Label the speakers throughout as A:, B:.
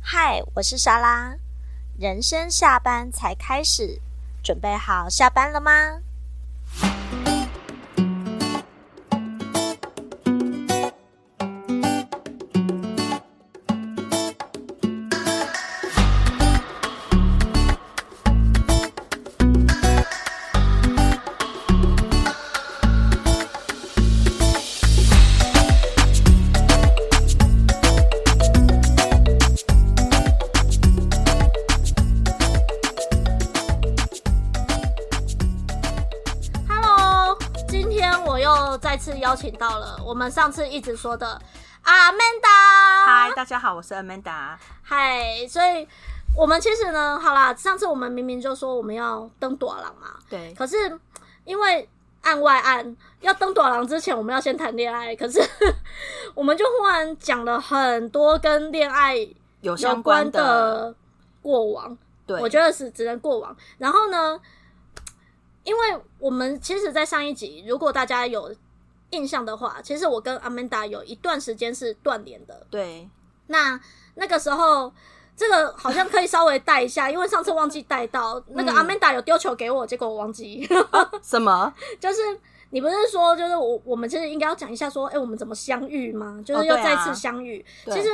A: 嗨，我是莎拉。人生下班才开始，准备好下班了吗？Hello，今天我又再次邀请到了我们上次一直说的阿曼达。
B: 嗨，
A: 啊
B: 大家好，我是 Amanda。
A: 嗨，所以我们其实呢，好啦，上次我们明明就说我们要登朵郎嘛，
B: 对，
A: 可是因为案外案要登朵郎之前，我们要先谈恋爱，可是 我们就忽然讲了很多跟恋爱
B: 有
A: 有
B: 相
A: 关
B: 关
A: 的过往。
B: 对，
A: 我觉得是只能过往。然后呢，因为我们其实，在上一集，如果大家有印象的话，其实我跟阿曼达有一段时间是断联的。
B: 对，
A: 那那个时候，这个好像可以稍微带一下，因为上次忘记带
B: 嗯
A: 到那个阿曼达有丢球给我，结果我忘记，
B: 什么？
A: 就是。你不是说，就是我我们其实应该要讲一下说，哎、我们怎么相遇吗？就是
B: 哦
A: 又
B: 对啊
A: 再次相遇。
B: 对啊
A: 其实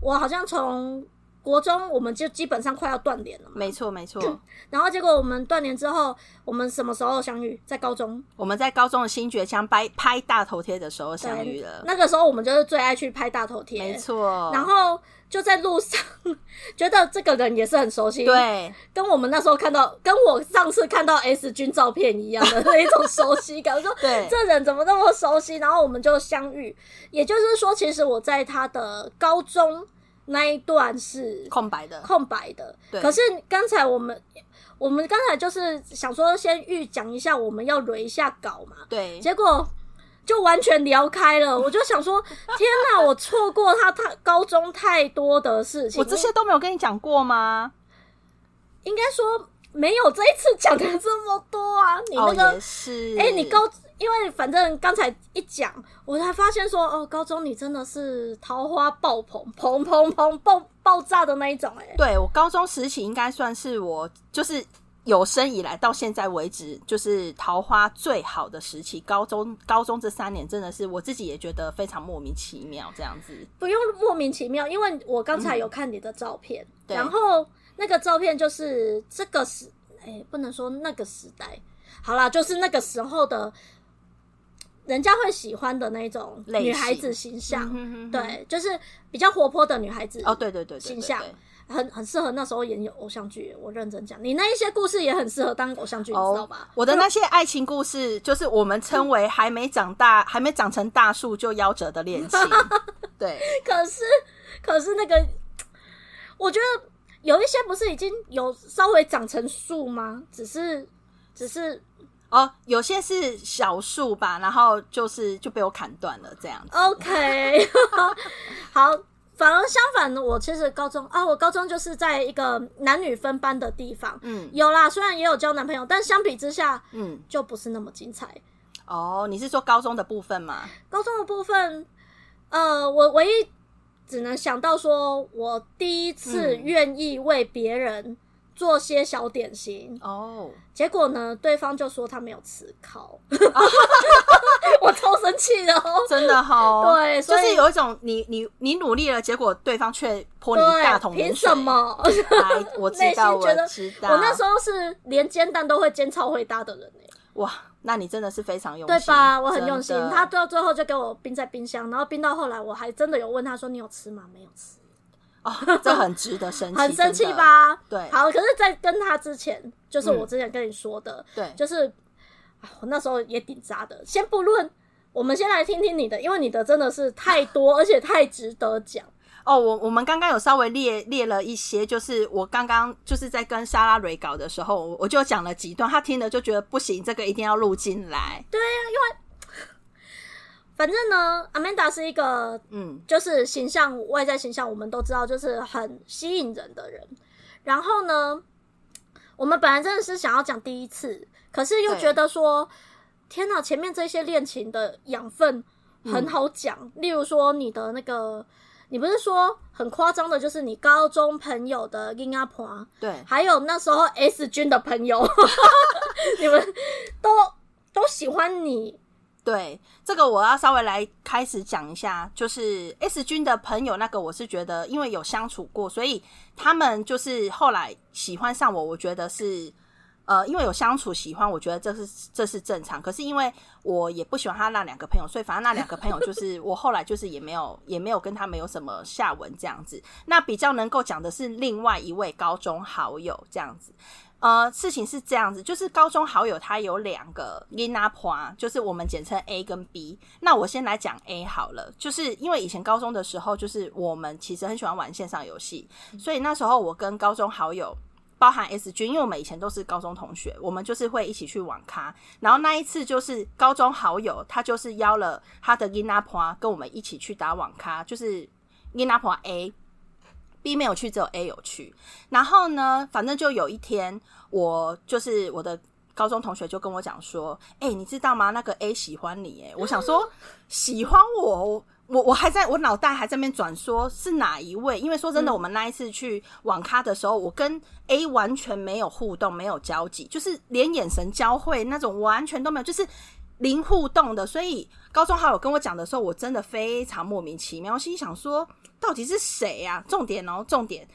A: 我好像从国中，我们就基本上快要断联了嘛。
B: 没错，没错。
A: 然后结果我们断联之后，我们什么时候相遇？在高中
B: 我们在高中的新觉腔拍拍大头贴的时候相遇
A: 对
B: 了，
A: 那个时候我们就是最爱去拍大头贴，
B: 没。错。
A: 然后就在路上， 觉得这个人也是很熟悉，，
B: 对，
A: 跟我们那时候看到，跟我上次看到 S 君照片一样的那一种熟悉感，我说
B: 对
A: 这人怎么那么熟悉？然后我们就相遇，也就是说，其实我在他的高中那一段是
B: 空白的，
A: 空白的。
B: 对
A: 可是刚才我们我们刚才就是想说先预讲一下，我们要捋一下稿嘛，
B: 对，
A: 结果。就完全聊开 了，我就想说，天哪，我错过他他高中太多的事情，
B: 我这些都没有跟你讲过吗？
A: 应该说没有这一次讲的这么多啊。你那
B: 哦，
A: 个，
B: 也是。
A: 哎、你高，因为反正刚才一讲，我才发现说，哦，高中你真的是桃花爆棚，砰砰砰爆爆炸的那一种、哎，
B: 对我高中时期应该算是我就是有生以来到现在为止，就是桃花最好的时期。高中高中这三年真的是我自己也觉得非常莫名其妙，这样子。
A: 不用莫名其妙，因为我刚才有看你的照片，
B: 对
A: 然后那个照片就是这个时，哎、不能说那个时代，好啦，就是那个时候的，人家会喜欢的那种
B: 类型
A: 女孩子形象，
B: 嗯哼哼哼
A: 对，就是比较活泼的女孩子，
B: 哦，对对对对对
A: 形象
B: 对
A: 很很适合那时候演偶像剧。我认真讲，你那一些故事也很适合当偶像剧，你知道吧？
B: 我的那些爱情故事，就是我们称为还没长大、还没长成大树就夭折的恋情。对，
A: 可是，可是那个，我觉得有一些不是已经有稍微长成树吗？只是，只是
B: 哦，有些是小树吧，然后就是就被我砍断了这样
A: 哦
B: 子。
A: OK，好。反而相反，我其实高中啊，我高中就是在一个男女分班的地方，
B: 嗯
A: 有啦，虽然也有交男朋友，但相比之下
B: 嗯，
A: 就不是那么精彩。
B: 哦，你是说高中的部分吗？
A: 高中的部分，呃，我唯一只能想到说，我第一次
B: 嗯
A: 愿意为别人做些小点心，
B: 哦，
A: 结果呢，对方就说他没有吃 烤，我超生气的哦。
B: 真的哈、
A: 对所
B: 就
A: 以
B: 是有一种你你你努力了，结果对方却泼你一
A: 对，
B: 大桶
A: 凭
B: 冷
A: 什
B: 水。
A: 么？
B: 哎？我知
A: 内心
B: 道，
A: 觉得
B: 我知道。
A: 我那时候是连煎蛋都会煎超会搭的人哎、
B: 哇，那你真的是非常用
A: 对
B: 心，
A: 吧？我很用心
B: 真的，
A: 他到最后就给我冰在冰箱，然后冰到后来，我还真的有问他说：“你有吃吗？”没有吃，
B: 哦， 这很值得生气，
A: 很生气
B: 真的？
A: 吧？
B: 对，嗯
A: 好，可是，在跟他之前，就是我之前跟你说的，
B: 对，
A: 就是啊我那时候也顶渣的。先不论，我们先来听听你的，因为你的真的是太 多，而且太值得讲。
B: 哦，我我们刚刚有稍微列列了一些，就是我刚刚就是在跟莎拉蕊搞的时候，我我就讲了几段，她听了就觉得不行，这个一定要录进来。
A: 反正呢，Amanda 是一个
B: 嗯，
A: 就是形象、外在形象，我们都知道，就是很吸引人的人。然后呢，我们本来真的是想要讲第一次，可是又
B: 对
A: 觉得说，天哪，前面这些恋情的养分很好讲，例如说你的那个。你不是说很夸张的，就是你高中朋友的婴儿婆，啊
B: 对，
A: 还有那时候 S 君的朋友， 你们都都喜欢你，
B: 对，这个我要稍微来开始讲一下，就是 S 君的朋友那个，我是觉得因为有相处过，所以他们就是后来喜欢上我，我觉得是呃，因为有相处喜欢，我觉得这是这是正常。可是因为我也不喜欢他那两个朋友，所以反正那两个朋友就是我后来就是也没有也没有跟他们有什么下文这样子。那比较能够讲的是另外一位高中好友这样子。呃，事情是这样子，就是高中好友他有两个 Lina p 就是我们简称 A 跟 B。那我先来讲 A 好了，就是因为以前高中的时候，就是我们其实很喜欢玩线上游戏，所以那时候我跟高中好友。包含 S 君，因为我们以前都是高中同学，我们就是会一起去网咖。然后那一次就是高中好友，他就是邀了他的 Lina p 跟我们一起去打网咖，就是 Lina p A。B 没有去，只有 A 有去。然后呢，反正就有一天，我就是我的高中同学就跟我讲说：“哎、你知道吗？那个 A 喜欢你。”哎，我想说喜欢我，我我还在我脑袋还在那边转，说是哪一位？因为说真的，我们那一次去网咖的时候，我跟 A 完全没有互动，没有交集，就是连眼神交汇那种完全都没有，就是。零互动的，所以高中好友跟我讲的时候，我真的非常莫名其妙，我心里想说，到底是谁呀、重点哦，重点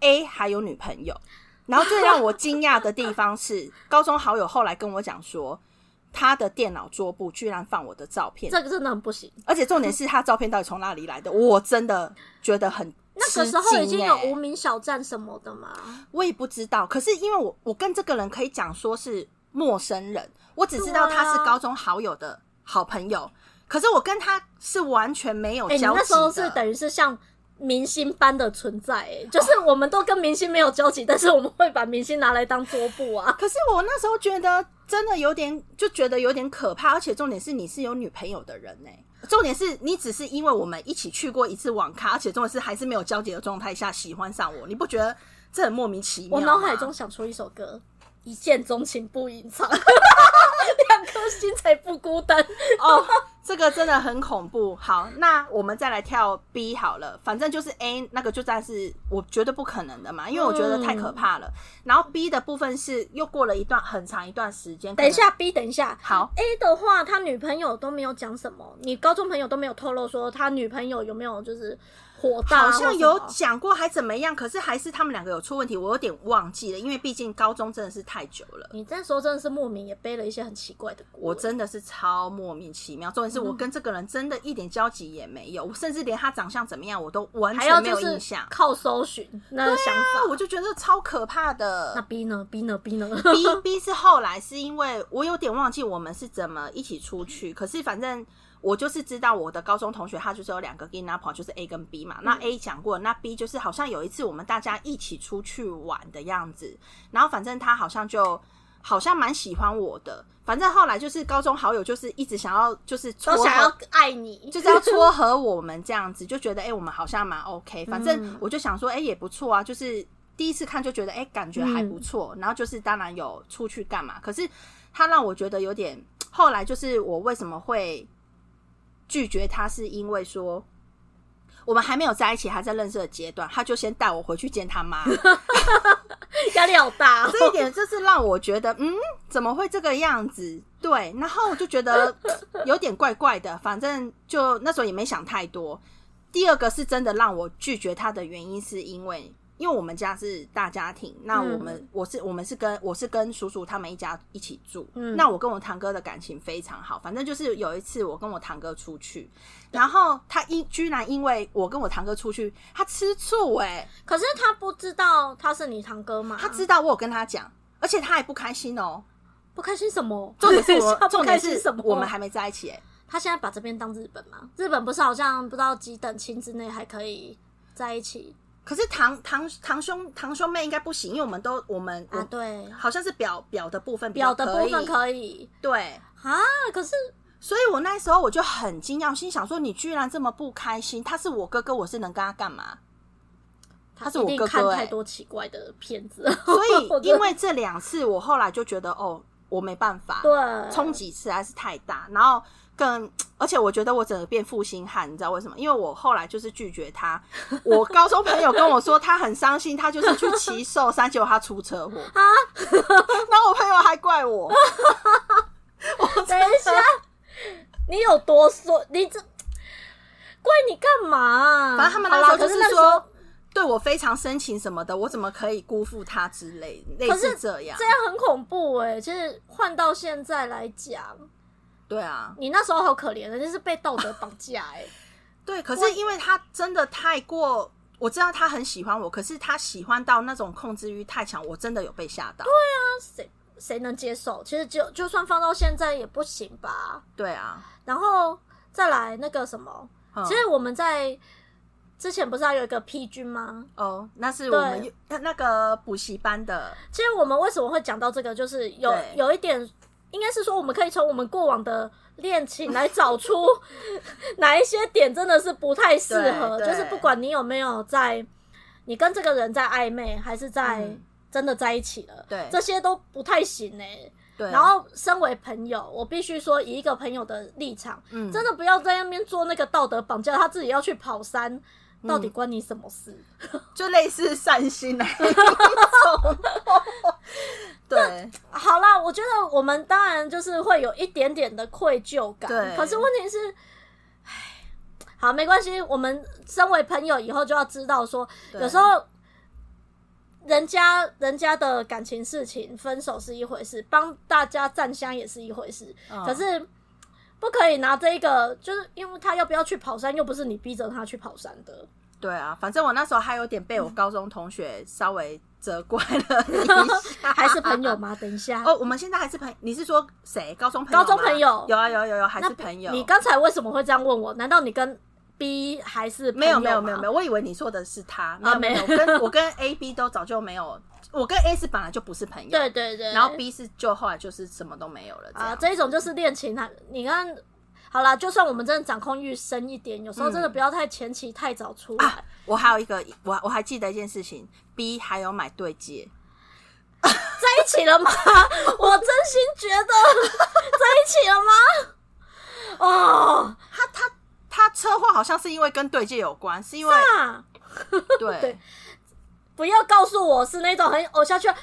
B: ，A 还有女朋友。然后最让我惊讶的地方是， 高中好友后来跟我讲说，他的电脑桌布居然放我的照片，
A: 这个真的很不行。
B: 而且重点是他照片到底从哪里来 的，我真的觉得很、欸
A: 那个时候已经有无名小站什么的嘛，
B: 我也不知道。可是因为我我跟这个人可以讲说是陌生人，我只知道
A: 对啊
B: 他是高中好友的好朋友，可是我跟他是完全没有
A: 哎、
B: 交
A: 你
B: 集哦的。
A: 那时候是等于是像明星般的存在、哎，就是我们都跟明星没有交集，但是我们会把明星拿来当桌布啊。
B: 可是我那时候觉得真的有点，就觉得有点可怕，而且重点是你是有女朋友的人呢、重点是你只是因为我们一起去过一次网咖，而且重点是还是没有交集的状态下喜欢上我，你不觉得这很莫名其妙
A: 我
B: 吗？
A: 脑海中想出一首歌，《一见钟情不隐藏》，两颗心才不孤 单。
B: 哦，这个真的很恐怖。好，那我们再来跳 B 好了，反正就是 A 那个就算是我觉得不可能的嘛，因为我觉得太可怕了。然后 B 的部分是又过了一段很长一段时间，
A: 等一，下，B，等一哎下。
B: 好，
A: A 的话，他女朋友都没有讲什么，你高中朋友都没有透露说他女朋友有没有就是火大，
B: 哦好像有讲过还怎么样，可是还是他们两个有出问题，我有点忘记了，因为毕竟高中真的是太久了。
A: 你这时候真的是莫名也背了一些很奇怪的锅。
B: 我真的是超莫名其
A: 嗯
B: 妙，重点是我跟这个人真的一点交集也没有，我甚至连他长相怎么样我都完
A: 还要
B: 全没
A: 就
B: 有
A: 是
B: 印象。
A: 靠搜寻那个想
B: 啊
A: 法。
B: 我就觉得超可怕的。
A: 那 B 呢？B 呢？B 呢？
B: B B 是后来是因为我有点忘记我们是怎么一起出去，可是反正我就是知道我的高中同学他就是有两个 g i n a p o 就是 A 跟 B
A: 嗯
B: 嘛。那 A 讲过，那 B 就是好像有一次我们大家一起出去玩的样子，然后反正他好像就好像蛮喜欢我的，反正后来就是高中好友就是一直想要就是 撮
A: 都
B: 合
A: 想要爱你，
B: 就是要撮合我们这样子，就觉得哎、诶我们好像蛮 OK。反正我就想说，哎、也不错啊，就是第一次看就觉得哎、诶感觉还不错。然后就是当然有出去干嘛，可是他让我觉得有点。后来就是我为什么会拒绝他，是因为说。我们还没有在一起，还在认识的阶段，他就先带我回去见他妈。
A: 压力好大、哦
B: 这一点就是让我觉得，嗯，怎么会这个样子？对，然后我就觉得有点怪怪的，反正就那时候也没想太多。第二个是真的让我拒绝他的原因，是因为因为我们家是大家庭，那我们、我是我们是跟我是跟叔叔他们一家一起住，
A: 嗯
B: 那我跟我堂哥的感情非常好，反正就是有一次我跟我堂哥出去，然后他因居然因为我跟我堂哥出去，他吃醋哎、
A: 可是他不知道他是你堂哥嘛？
B: 他知道我有跟他讲，而且他还不开心哦。
A: 不开心什么？
B: 重点 是
A: 他
B: 我，
A: 不
B: 重
A: 开
B: 点
A: 心
B: 是
A: 什么？
B: 我们还没在一起、欸，
A: 他现在把这边当日本嘛？日本不是好像不知道几等亲之内还可以在一起
B: 可是堂堂堂兄堂兄妹应该不行，因为我们都我们、
A: 啊？
B: 我
A: 对，
B: 好像是表表的部分比较
A: 表的部分
B: 以
A: 可以
B: 对，
A: 啊，可是
B: 所以我那时候我就很惊讶，我心想说你居然这么不开心，他是我哥哥，我是能跟他 干嘛？他是
A: 一
B: 我
A: 定
B: 哥
A: 看
B: 哥欸
A: 太多奇怪的片子，
B: 所
A: 我
B: 以
A: 觉得
B: 因为这两次，我后来就觉得哦，我没办法，
A: 对
B: 冲击实在是太大，然后。更，而且我觉得我整个变负心汉，你知道为什么？因为我后来就是拒 绝他。我高中朋友跟我说他很伤心，他就是去骑寿山，结果他出 车祸啊！ 然后我朋友还怪我，
A: 啊
B: 我
A: 等
B: 真
A: 一下
B: 的，
A: 你有多说？你这怪你干嘛啊、
B: 反正他们那
A: 好啦
B: 时候
A: 可
B: 就是是
A: 那时候
B: 说对我非常深情什么的，我怎么可以辜负他之类，类
A: 可
B: 似
A: 是
B: 这样
A: 这。样很恐怖哎、其实换到现在来讲，
B: 对啊，
A: 你那时候好可怜的，就是被道德绑架哎、
B: 对，可是因为他真的太过，我知道他很喜欢我，可是他喜欢到那种控制欲太强，我真的有被吓到。对
A: 谁谁能接受？其实就就算放到现在也不行吧。
B: 啊，
A: 然后再来那个什么，
B: 嗯
A: 其实我们在之前不是还有一个 P 君吗？
B: 哦，那是我们
A: 对
B: 那那个补习班的，
A: 其实我们为什么会讲到这个，就是有
B: 对
A: 有一点，应该是说我们可以从我们过往的恋情来找出 哪一些点真的是不太适合，
B: 对
A: 就
B: 对
A: 是不管你有没有在你跟这个人在暧昧，还是在
B: 嗯
A: 真的在一起了，
B: 对
A: 这些都不太行哎、
B: 对，啊
A: 然后，身为朋友，我必须说，以一个朋友的立场，
B: 嗯
A: 真的不要在那边做那个道德绑架，他自己要去跑山，
B: 嗯
A: 到底关你什么事？
B: 就类似善 心那一种，对
A: 好啦，我觉得我们当然就是会有一点点的愧疚感，
B: 对
A: 可是问题是，唉，好，没关系，我们身为朋友以后就要知道说，
B: 对
A: 有时候人家人家的感情事情，分手是一回事，帮大家站香也是一回事，
B: 嗯
A: 可是。不可以拿这一个，就是因为他要不要去跑山，又不是你逼着他去跑山的。
B: 对啊，反正我那时候还有点被
A: 嗯
B: 我高中同学稍微责怪了一下，
A: 还是朋友吗？等一下，
B: 哦，我们现在还是朋你是说谁？高中朋友
A: 高
B: 吗？
A: 中朋友
B: 有啊有有有，还
A: 那
B: 是朋友。
A: 你刚才为什么会这样问我？难道你跟 B 还是朋
B: 没有
A: 友
B: 没有没有
A: 吗
B: 没有，我以为你说的是他，没
A: 啊
B: 有没有，我
A: 没有
B: 跟我跟 A B 都早就没有，我跟 A 是本来就不是朋友，
A: 对，对对，
B: 然后 B 是就后来就是什么都没有了，这
A: 啊，
B: 样，
A: 这一种就是恋情啊。你看，好啦，就算我们真的掌控欲深一点，有时候
B: 嗯
A: 真的不要太前期太早出来。
B: 我还有一个，我我还记得一件事情，B 还有买对戒，
A: 在一起了吗？ 我真心觉得在一起了吗？哦，
B: 他他他车祸好像是因为跟对戒有关，是因为
A: 那
B: 对
A: 对不要告诉我是那种很偶像剧，哎，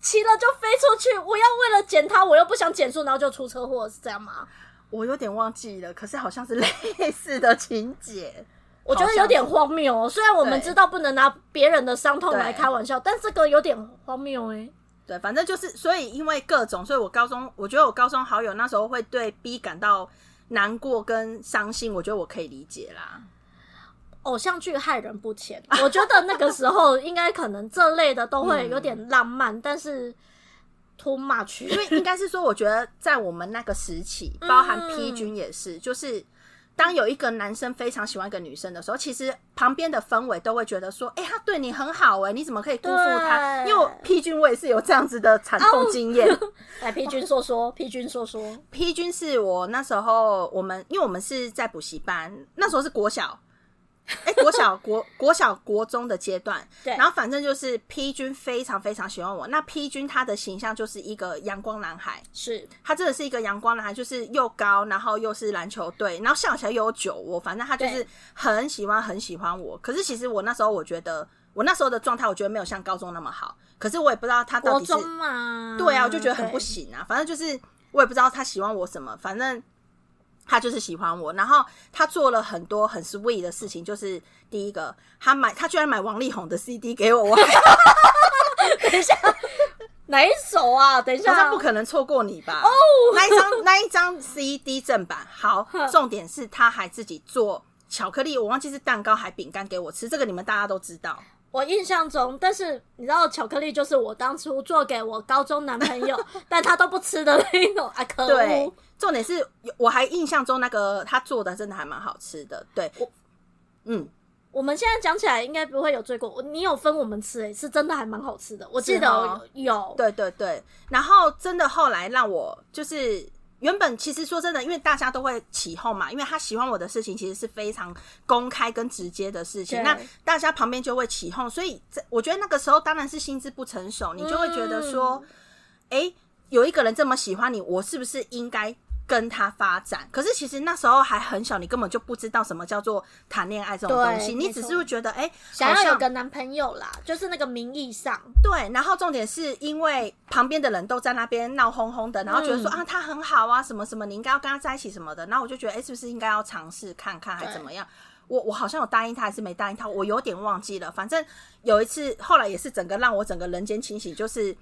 A: 骑了就飞出去，我要为了捡它，我又不想减速，然后就出车祸，是这样吗？
B: 我有点忘记了，可是好像是类似的情节，
A: 我觉得有点荒谬哦。虽然我们
B: 对
A: 知道不能拿别人的伤痛来
B: 对
A: 开玩笑，但这个有点荒谬哎、
B: 对，反正就是，所以因为各种，所以我高中，我觉得我高中好友那时候会对 B 感到难过跟伤心，我觉得我可以理解啦。
A: 偶像剧害人不浅，我觉得那个时候应该可能这类的都会有点浪漫，但是 too much，
B: 因为应该是说，我觉得在我们那个时期，包含
A: 嗯
B: P 君也是，就是当有一个男生非常喜欢一个女生的时候，其实旁边的氛围都会觉得说，哎、他对你很好、哎，你怎么可以辜负他？
A: 对
B: 因为我 P 君我也是有这样子的惨痛经 验。
A: 来 P 君说说，P 君说说，
B: P 君是我那时候我们，因为我们是在补习班，那时候是国小，哎、国小国 国小国中的阶段，
A: 对
B: 然后反正就是 P 君非常非常喜欢我。那 P 君他的形象就是一个阳光男孩，
A: 是
B: 他真的是一个阳光男孩，就是又高，然后又是篮球队，然后笑起来又有酒窝，反正他就是
A: 对
B: 很喜欢很喜欢我。可是其实我那时候我觉得，我那时候的状态，我觉得没有像高中那么好。可是我也不知道他到
A: 国
B: 底是
A: 中嘛？
B: 对啊，我就觉得很不
A: 对。
B: 行啊。反正就是我也不知道他喜欢我什么，反正他就是喜欢我。然后他做了很多很 sweet 的事情，就是第一个，他买他居然买王力宏的 CD 给我，我还
A: 等一下，哪一首啊？等一
B: 好
A: 下，
B: 像不可能错过你吧？哦，那一张那一张 CD 正版，好，重点是他还自己做。巧克力，我忘记是蛋糕还饼干给我吃，这个你们大家都知道。
A: 我印象中，但是你知道，巧克力就是我当初做给我高中男朋友，但他都不吃的那一种啊，可
B: 对
A: 恶！，
B: 重点是我还印象中那个他做的真的还蛮好吃的。对，嗯，
A: 我们现在讲起来应该不会有罪过，你有分我们吃、欸，是真的还蛮好吃的。我记得
B: 是哦
A: 有有，
B: 对对对，然后真的后来让我就是原本其实说真的，因为大家都会起哄嘛，因为他喜欢我的事情其实是非常公开跟直接的事情，
A: 对
B: 那大家旁边就会起哄，所以这我觉得那个时候当然是心智不成
A: 嗯
B: 熟，你就会觉得说，哎、有一个人这么喜欢你，我是不是应该跟他发展。可是其实那时候还很小，你根本就不知道什么叫做谈恋爱这种东西，
A: 对
B: 你
A: 没
B: 只是
A: 错
B: 会觉得哎、
A: 想
B: 好
A: 要有
B: 像
A: 个男朋友啦，就是那个名义上，
B: 对，然后重点是因为旁边的人都在那边闹哄哄的，然后觉得说、
A: 嗯
B: 啊他很好啊，什么什么，你应该要跟他在一起什么的。然后我就觉得，哎、是不是应该要尝试看看，还
A: 对
B: 怎么样？我我好像有答应他，还是没答应他，我有点忘记了。反正有一次，后来也是整个让我整个人间清醒，就是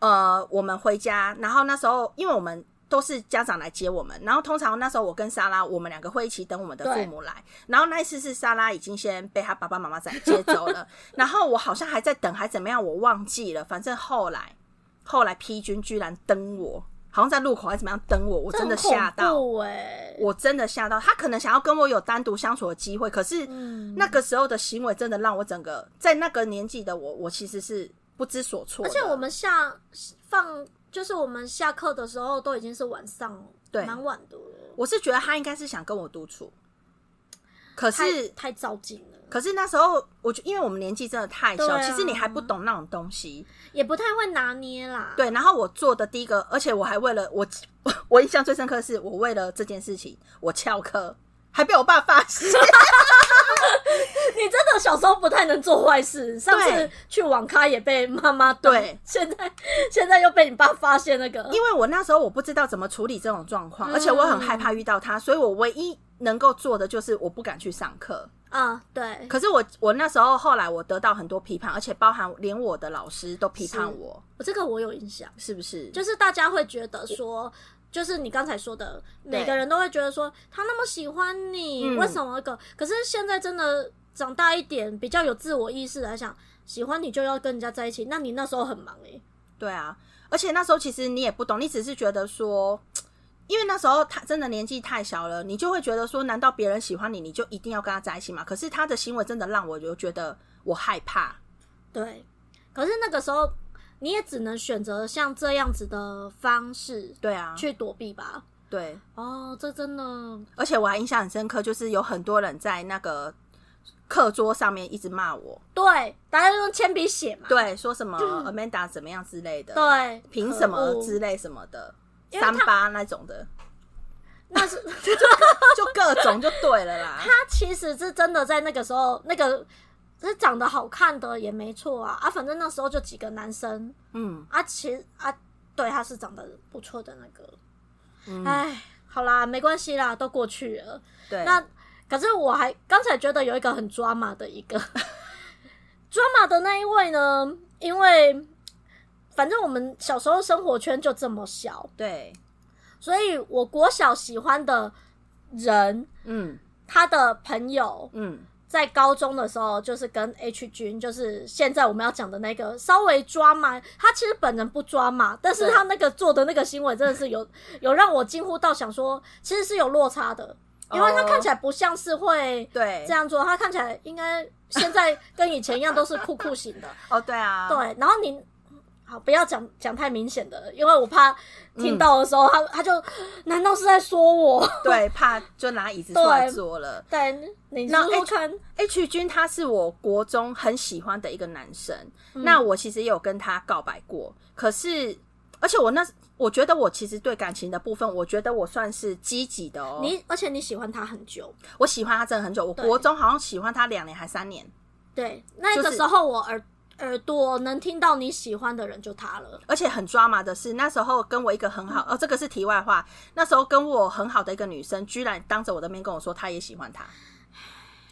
B: 呃，我们回家，然后那时候因为我们。都是家长来接我们，然后通常那时候我跟莎拉，我们两个会一起等我们的父
A: 对
B: 母来。然后那一次是莎拉已经先被她爸爸妈妈在接走了，然后我好像还在等，还怎么样，我忘记了。反正后来，后来 P 君居然登我，好像在路口还怎么样登我，我真的吓
A: 这很
B: 到，
A: 恐怖哎、
B: 我真的吓到。他可能想要跟我有单独相处的机会，可是
A: 嗯
B: 那个时候的行为真的让我整个在那个年纪的我，我其实是不知所措
A: 而
B: 的。
A: 且我们下放，就是我们下课的时候都已经是晚上了，
B: 对
A: 蛮晚的了，
B: 我是觉得他应该是想跟我独处，可是
A: 太太照进了，
B: 可是那时候我就因为我们年纪真的太小，
A: 对啊
B: 其实你还不懂那种东西。
A: 也不太会拿捏啦。，
B: 对，然后我做的第一个，而且我还为了我，我 我印象最深刻的是，我为了这件事情，我翘课，还被我爸发现。
A: 你真的小时候不太能做坏事，上次
B: 对
A: 去网咖也被妈妈瞪
B: 对，
A: 现在现在又被你爸发现那个，
B: 因为我那时候我不知道怎么处理这种状况，而且我很害怕遇到他，所以我唯一能够做的就是我不敢去上课。
A: 啊，对，
B: 可是我我那时候后来我得到很多批判，而且包含连我的老师都批判我，
A: 我这个我有印象。
B: 是不是？
A: 就是大家会觉得说，就是你刚才说的，每个人都会觉得说他那么喜欢你，
B: 嗯
A: 为什么那个？可是现在真的长大一点，比较有自我意识来想，喜欢你就要跟人家在一起，那你那时候很忙欸诶、
B: 对啊，而且那时候其实你也不懂，你只是觉得说，因为那时候他真的年纪太小了，你就会觉得说，难道别人喜欢你，你就一定要跟他在一起吗？可是他的行为真的让我就觉得我害怕。
A: 对，可是那个时候你也只能选择像这样子的方式
B: 对啊，
A: 去躲避吧。
B: 对，
A: 哦，这真的
B: 而且我还印象很深刻，就是有很多人在那个课桌上面一直骂我，
A: 对，大家用铅笔写嘛，
B: 对，说什么 Amanda 怎么样之类的，，
A: 对，
B: 凭什么
A: 可恶
B: 之类什么的，
A: 因为他
B: 三八那种的，
A: 那 是。
B: 就各种就对了啦。
A: 他其实是真的在那个时候，那个是长得好看的也没错啊啊，反正那时候就几个男生
B: 嗯
A: 啊，其实啊，对，他是长得不错的那个，
B: 嗯，
A: 哎、好啦，没关系啦，都过去了。
B: 对，
A: 那可是我还刚才觉得有一个很抓马的一个 抓马的那一位呢，因为反正我们小时候生活圈就这么小，
B: 对，
A: 所以我国小喜欢的人，
B: 嗯
A: 他的朋友，
B: 嗯。
A: 在高中的时候，就是跟 H 君，就是现在我们要讲的那个稍微抓马，他其实本人不抓马，但是
B: 对
A: 他那个做的那个行为真的是有有让我惊呼到想说，其实是有落差的，因为他
B: 哦
A: 看起来不像是会
B: 对，
A: 这样做，他看起来应该现在跟以前一样都是酷酷型的，
B: 哦，对啊，
A: 对，然后你。好，不要讲讲太明显的，因为我怕听到的时候， 他他就难道是在说我？
B: 对，怕就拿椅子出来坐了。
A: 对，你
B: 那
A: 说说看，
B: H 君他是我国中很喜欢的一个男生，
A: 嗯
B: 那我其实也有跟他告白过，可是而且我那我觉得我其实对感情的部分，我觉得我算是积极的哦。
A: 你而且你喜欢他很久，
B: 我喜欢他真的很久，我
A: 对
B: 国中好像喜欢他两年还三年，
A: 对，那个
B: 就是
A: 时候我耳、耳朵能听到你喜欢的人就他了。
B: 而且很抓马的是，那时候跟我一个很好哦，这个是题外话，那时候跟我很好的一个女生，居然当着我的面跟我说她也喜欢他，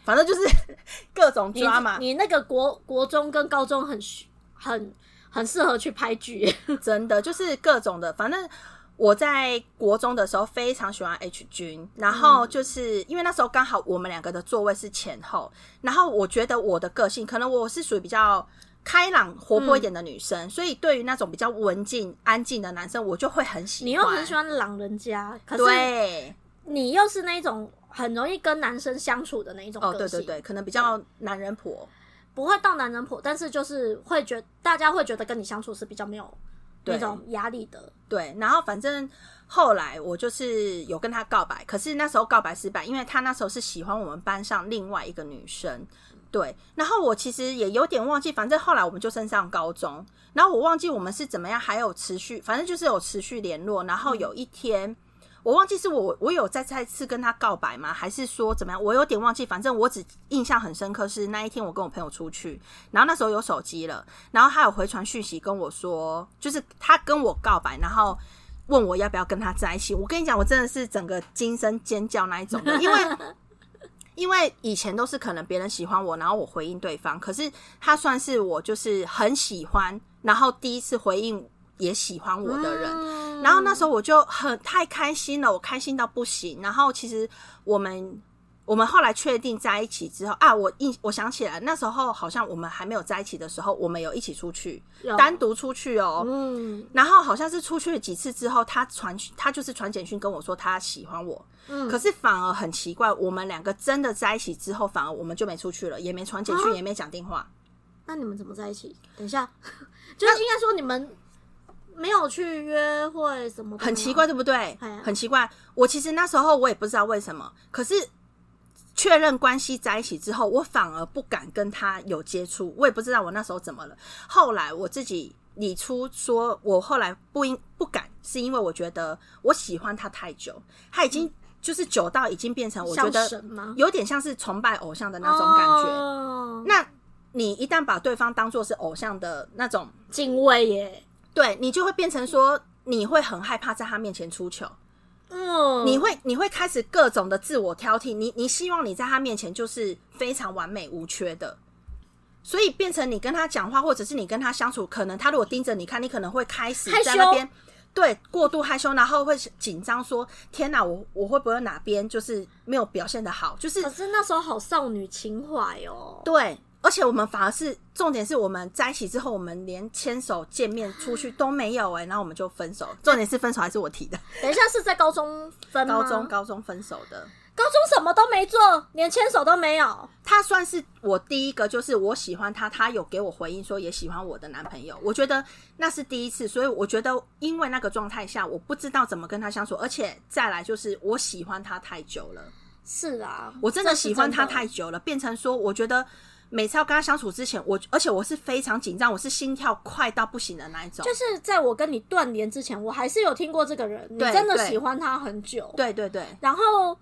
B: 反正就是 各种
A: 你
B: 抓马，
A: 你那个国国中跟高中很需很很适合去拍剧，
B: 真的就是各种的，反正我在国中的时候非常喜欢 H 君，然后
A: 嗯
B: 就是、因为那时候刚好我们两个的座位是前后，然后我觉得我的个性可能我是属于比较。开朗活泼一点的女生，
A: 嗯
B: 所以对于那种比较文静、安静的男生，我就会很喜欢。
A: 你又很喜欢狼人家，可是
B: 对，
A: 你又是那一种很容易跟男生相处的那一种
B: 哦，
A: 个
B: 对
A: 性，
B: 对对，可能比较男人婆，
A: 不会到男人婆，但是就是会觉大家会觉得跟你相处是比较没有那
B: 对
A: 种压力的。
B: 对。然后反正后来我就是有跟他告白，可是那时候告白失败，因为他那时候是喜欢我们班上另外一个女生。对，然后我其实也有点忘记，反正后来我们就升上高中，
A: 嗯
B: 然后我忘记我们是怎么样，还有持续，反正就是有持续联络。然后有一天，我忘记是我我有再再次跟他告白吗？还是说怎么样？我有点忘记，反正我只印象很深刻是那一天我跟我朋友出去，然后那时候有手机了，然后他有回传讯息跟我说，就是他跟我告白，然后。问我要不要跟他在一起，我跟你讲，我真的是整个惊声尖叫那一种的，因为因为以前都是可能别人喜欢我，然后我回应对方，可是他算是我就是很喜欢，然后第一次回应也喜欢我的人，
A: 嗯
B: 然后那时候我就很太开心了，我开心到不行。然后其实我们我们后来确定在一起之后啊，我印我想起来那时候好像我们还没有在一起的时候，我们有一起出去
A: 有
B: 单独出去哦，
A: 嗯
B: 然后好像是出去了几次之后，他传他就是传简讯跟我说他喜欢我，
A: 嗯
B: 可是反而很奇怪，我们两个真的在一起之后，反而我们就没出去了，也没传简讯，
A: 啊
B: 也没讲电话。
A: 那你们怎么在一起？等一下，就是应该说你们没有去约会什么的吗，
B: 很奇怪，对不对
A: 哎呀？
B: 很奇怪。我其实那时候我也不知道为什么，可是确认关系在一起之后，我反而不敢跟他有接触。我也不知道我那时候怎么了。后来我自己理出说，我后来不应不敢，是因为我觉得我喜欢他太久，他已
A: 嗯
B: 经就是久到已经变成我觉
A: 像
B: 得
A: 神吗？
B: 有点像是崇拜偶像的那种感觉。
A: 哦、
B: 那你一旦把对方当做是偶像的那种
A: 敬畏耶，
B: 对你就会变成说，你会很害怕在他面前出糗，
A: 嗯，
B: 你会你会开始各种的自我挑剔，你你希望你在他面前就是非常完美无缺的，所以变成你跟他讲话，或者是你跟他相处，可能他如果盯着你看，你可能会开始
A: 害羞
B: 在那边。对，过度害羞，然后会紧张，说：“天哪，我我会不会哪边就是没有表现的好？”就是
A: 可是那时候好少女情怀哦，
B: 对，而且我们反而是重点是我们在一起之后，我们连牵手、见面、出去都没有哎、然后我们就分手。重点是分手还是我提的，
A: 等一下是在高中分吗
B: 高中高中分手的。
A: 高中什么都没做，连牵手都没有，
B: 他算是我第一个，就是我喜欢他，他有给我回应说也喜欢我的男朋友。我觉得那是第一次，所以我觉得因为那个状态下，我不知道怎么跟他相处，而且再来就是我喜欢他太久了。
A: 是啊，
B: 我真的
A: 这是
B: 喜欢他
A: 真的
B: 太久了，变成说，我觉得每次要跟他相处之前，我而且我是非常紧张，我是心跳快到不行的那一种。
A: 就是在我跟你断联之前，我还是有听过这个人，你
B: 对
A: 真的
B: 对
A: 喜欢他很久，
B: 对对对
A: 然后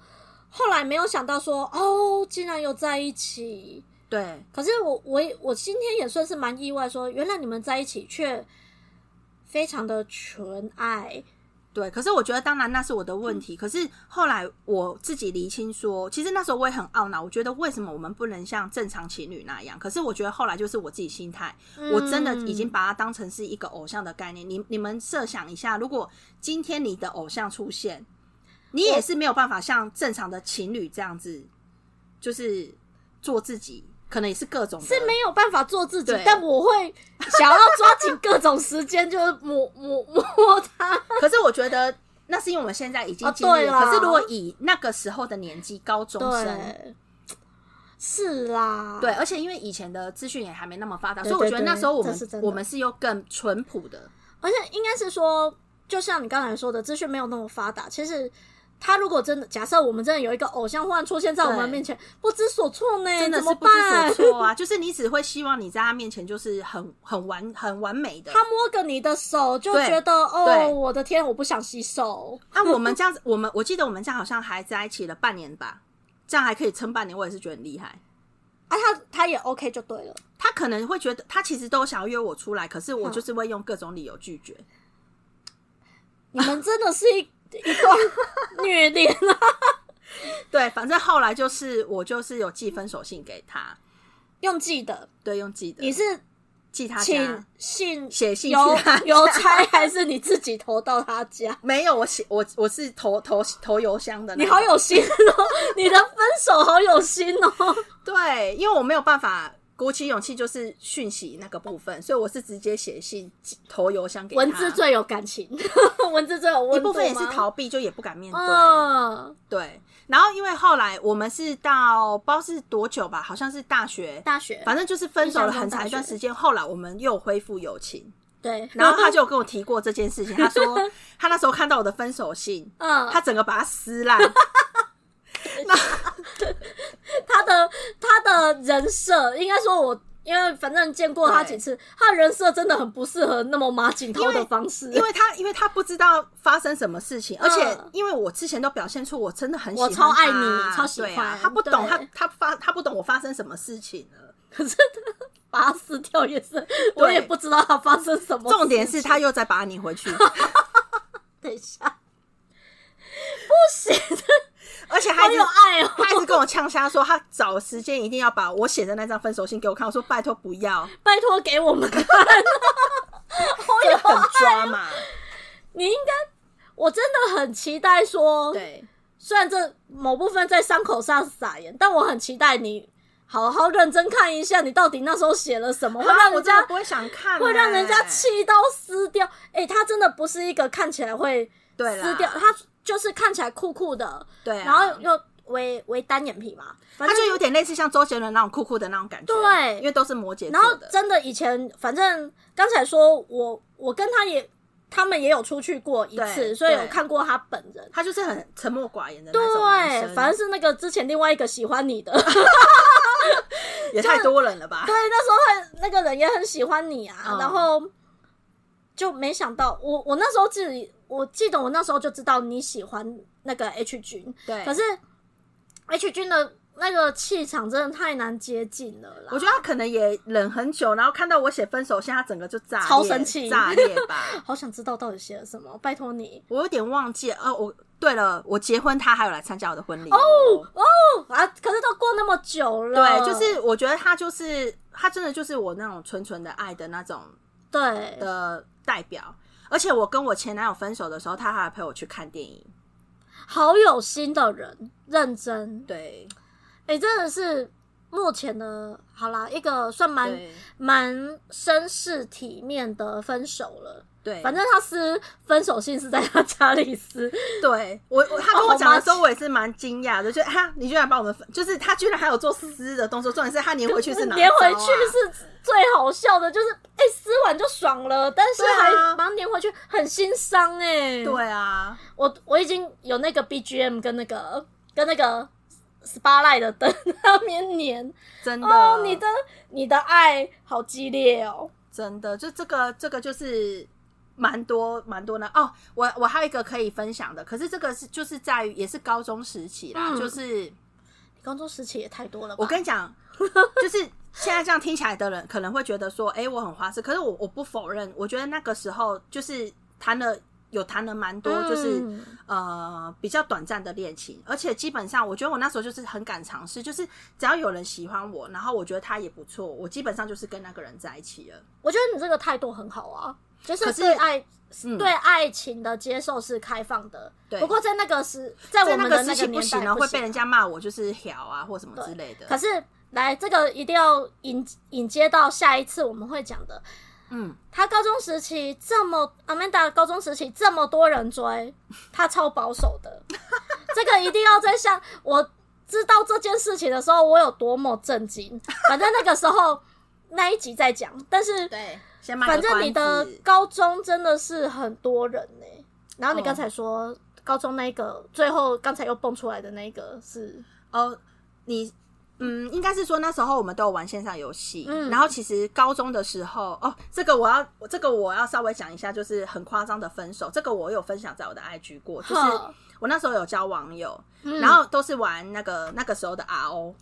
A: 后来没有想到说，哦，竟然有在一起。
B: 对，
A: 可是我我也我今天也算是蛮意外说原来你们在一起却非常的纯爱，
B: 对，可是我觉得，当然那是我的
A: 嗯
B: 问题。可是后来我自己厘清说，其实那时候我也很懊恼，我觉得为什么我们不能像正常情侣那样？可是我觉得后来就是我自己心态，
A: 嗯
B: 我真的已经把它当成是一个偶像的概念。你你们设想一下，如果今天你的偶像出现，你也是没有办法像正常的情侣这样子，就是做自己，可能也是各种的
A: 是没有办法做自己
B: 对，
A: 但我会想要抓紧各种时间，就是摸摸摸他。
B: 可是我觉得那是因为我们现在已经
A: 哦
B: 经历
A: 对
B: 了。
A: 啦
B: 可是如果以那个时候的年纪，高中生。
A: 对，是啦，
B: 对，，而且因为以前的资讯也还没那么发达，
A: 对
B: 所以我觉得
A: 对对
B: 那时候我们
A: 这是真的
B: 我们是又更淳朴的。
A: 而且应该是说，就像你刚才说的，资讯没有那么发达，其实。他如果真的假设我们真的有一个偶像忽然出现在我
B: 对
A: 们面前，不知所措呢，
B: 真的
A: 哎怎
B: 是
A: 么
B: 不知
A: 办
B: 所？措啊！就是你只会希望你在他面前就是很很完很完美的。
A: 他摸个你的手就
B: 对
A: 觉得
B: 对
A: 哦，我的天，我不想洗手。
B: 啊，我们这样子，我们我记得我们这样好像还在一起了半年吧，这样还可以撑半年，我也是觉得很厉害。
A: 啊，他他也 OK 就对了。
B: 他可能会觉得他其实都想要约我出来，可是我就是会用各种理由拒绝。
A: 你们真的 是一一段虐恋啊！
B: 对，反正后来就是我就是有寄分手信给他，
A: 用记得
B: 对，用寄的
A: 你是
B: 寄他家
A: 请。信
B: 写信去
A: 邮
B: 他家
A: 邮差，还是你自己投到他 家？
B: 没有，我写我我是投投投邮箱的那
A: 你
B: 种。
A: 好有心哦，你的分手好有心哦。
B: 对，因为我没有办法鼓起勇气，就是讯息那个部分，所以我是直接写信寄投邮箱给他。
A: 文字最有感情， 文字最有
B: 一
A: 温度
B: 部分也是
A: 吗
B: 逃避，就也不敢面对。
A: 嗯，
B: 对，然后因为后来我们是到不知道是多久吧，好像是大学，
A: 大学
B: 反正就是分手了
A: 印象中
B: 很长一段
A: 大学
B: 时间。后来我们又恢复友情，
A: 对，
B: 然后他就有跟我提过这件事情，他说他那时候看到我的分手信，
A: 嗯，
B: 他整个把它撕烂。
A: 他的他的人设，应该说我因为反正见过他几次，他的人设真的很不适合那么马景涛
B: 因
A: 的
B: 为
A: 方式。
B: 因为他因为他不知道发生什么事情，而且
A: 嗯
B: 因为我之前都表现出我真的很喜
A: 我
B: 欢
A: 超爱
B: 他
A: 你超喜
B: 对啊
A: 欢
B: 他不懂
A: 对
B: 他他发他不懂我发生什么事情了。
A: 可是他把他撕掉也是，我也不知道他发生什么。
B: 重点是，他又再把他 拧回去，
A: 等一下，
B: 而且还
A: 好
B: 一直
A: 有爱哦、
B: 他一直跟我呛瞎说，他找时间一定要把我写的那张分手信给我看。我说拜托不要，
A: 拜托给我 们看，
B: 这很抓嘛。
A: 你应该，我真的很期待说，
B: 对，
A: 虽然这某部分在伤口上撒盐，但我很期待你好好认真看一下，你到底那时候写了什么，会让
B: 啊我
A: 人
B: 真
A: 家
B: 的不会想看、欸
A: 会让人家。气到撕掉。哎、他真的不是一个看起来会
B: 对啦
A: 撕掉，他就是看起来酷酷的，
B: 对啊
A: 然后又为为单眼皮嘛，反
B: 他
A: 正
B: 就有点类似像周杰伦那种酷酷的那种感觉，
A: 对
B: 因为都是摩羯
A: 然后
B: 座的，
A: 真的以前，反正刚才说我我跟他也，他们也有出去过一次，
B: 对
A: 所以
B: 对
A: 有看过他本人。
B: 他就是很沉默寡言的那种男
A: 对，
B: 生，啊
A: 反正是那个之前另外一个喜欢你的，
B: 也太多人了吧
A: 对，？那时候他那个人也很喜欢你啊，
B: 嗯
A: 然后就没想到我我那时候自己，我记得我那时候就知道你喜欢那个 H 君，
B: 对，
A: 可是 H 君的那个气场真的太难接近了啦，
B: 我觉得他可能也忍很久，然后看到我写分手信，他整个就炸裂
A: 超生气
B: 炸裂吧。
A: 好想知道到底写了什么，拜托你
B: 我有点忘记哦，我对了，我结婚他还有来参加我的婚礼哦
A: 啊！可是都过那么久了，
B: 对，就是我觉得他就是他真的就是我那种纯纯的爱的那种
A: 对
B: 的代表。而且我跟我前男友分手的时候，他还陪我去看电影。
A: 好有心的人，认真，
B: 对，
A: 哎、真的是目前的，好啦，一个算蛮
B: 对，
A: 蛮绅士体面的分手了。
B: 对，
A: 反正他撕分手信是在他家里 撕，
B: 对我我他跟我讲的时候，我也是蛮惊讶的，就哈，你居然把我们分，就是他居然还有做撕的动作，重点是他粘回去是哪、啊
A: 粘回去。是最好笑的，就是哎、撕完就爽了，但是
B: 对啊
A: 还把它粘回去，很心伤哎、，
B: 对啊，
A: 我我已经有那个 BGM 跟那个跟那个 Spotlight 的灯那边粘，
B: 真的，
A: 哦，你的你的爱好激烈哦，
B: 真的，就这个这个就是蛮多蛮多呢。哦，我我还有一个可以分享的，可是这个是就是在于也是高中时期啦，
A: 嗯
B: 就是
A: 高中时期也太多了吧？
B: 我跟 你讲，就是现在这样听起来的人可能会觉得说，哎、我很花痴，可是我我不否认，我觉得那个时候就是谈了有谈了蛮多，就是。
A: 嗯
B: 呃比较短暂的恋情，而且基本上我觉得我那时候就是很敢尝试，就是只要有人喜欢我，然后我觉得他也不错，我基本上就是跟那个人在一起了。
A: 我觉得你这个态度很好啊，就是
B: 可是
A: 对爱
B: 嗯
A: 对爱情的接受是开放的。
B: 对
A: 不过在那个时，在
B: 在
A: 我们的
B: 时
A: 那
B: 期
A: 年代
B: 行
A: 行
B: 啊，会被人家骂我就是屌啊或什么
A: 对
B: 之类的。
A: 可是来，这个一定要引引接到下一次我们会讲的。
B: 嗯，
A: 他高中时期这么，Amanda 高中时期这么多人追，他超保守的。 这个一定要在下我知道这件事情的时候，我有多么震惊。反正那个时候那一集再讲，但是
B: 对，先卖个
A: 反正你的
B: 关子
A: 高中真的是很多人呢、然后你
B: 嗯
A: 刚才说、高中那个，最后刚才又蹦出来的那个是，
B: 哦，你嗯，应该是说那时候我们都有玩线上游戏，
A: 嗯
B: 然后其实高中的时候，哦，这个我要这个我要稍微讲一下，就是很夸张的分手，这个我有分享在我的 IG 过，就是
A: 呵
B: 我那时候有交网友，
A: 嗯
B: 然后都是玩那个那个时候的 RO，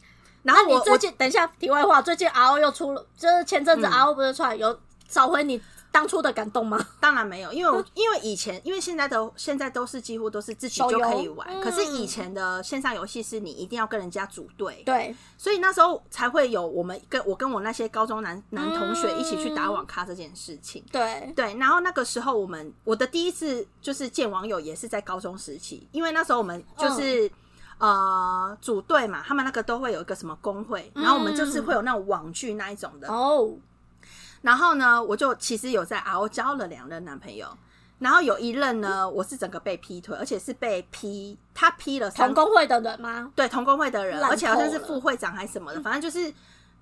B: 然后
A: 那
B: 我
A: 你最
B: 我
A: 近等一下，题外话，最近 RO 又出了，就是前阵子
B: 嗯
A: RO 不是出来、有找回你当初的感动吗？
B: 当然没有，因为
A: 嗯
B: 我因为以前因为现在的现在都是几乎都是自己
A: 手
B: 就
A: 游
B: 可以玩，可是
A: 嗯
B: 以前的线上游戏是你一定要跟人家组队，
A: 对，
B: 所以那时候才会有我们跟我跟我那些高中男男同学一起去打网咖这件事情。
A: 对，
B: 对，然后那个时候我们我的第一次就是见网友也是在高中时期，因为那时候我们就是、
A: 嗯
B: 呃组队嘛，他们那个都会有一个什么工会，然后我们就是会有那种网剧那一种的。
A: 嗯哦，
B: 然后呢，我就其实有在 RO 交了两任男朋友，然后有一任呢，
A: 嗯
B: 我是整个被劈腿，而且是被劈，他劈了三
A: 同工会的人吗？
B: 对同工会的人，
A: 烂透
B: 而且好像是
A: 了
B: 副会长还是什么的，反正就是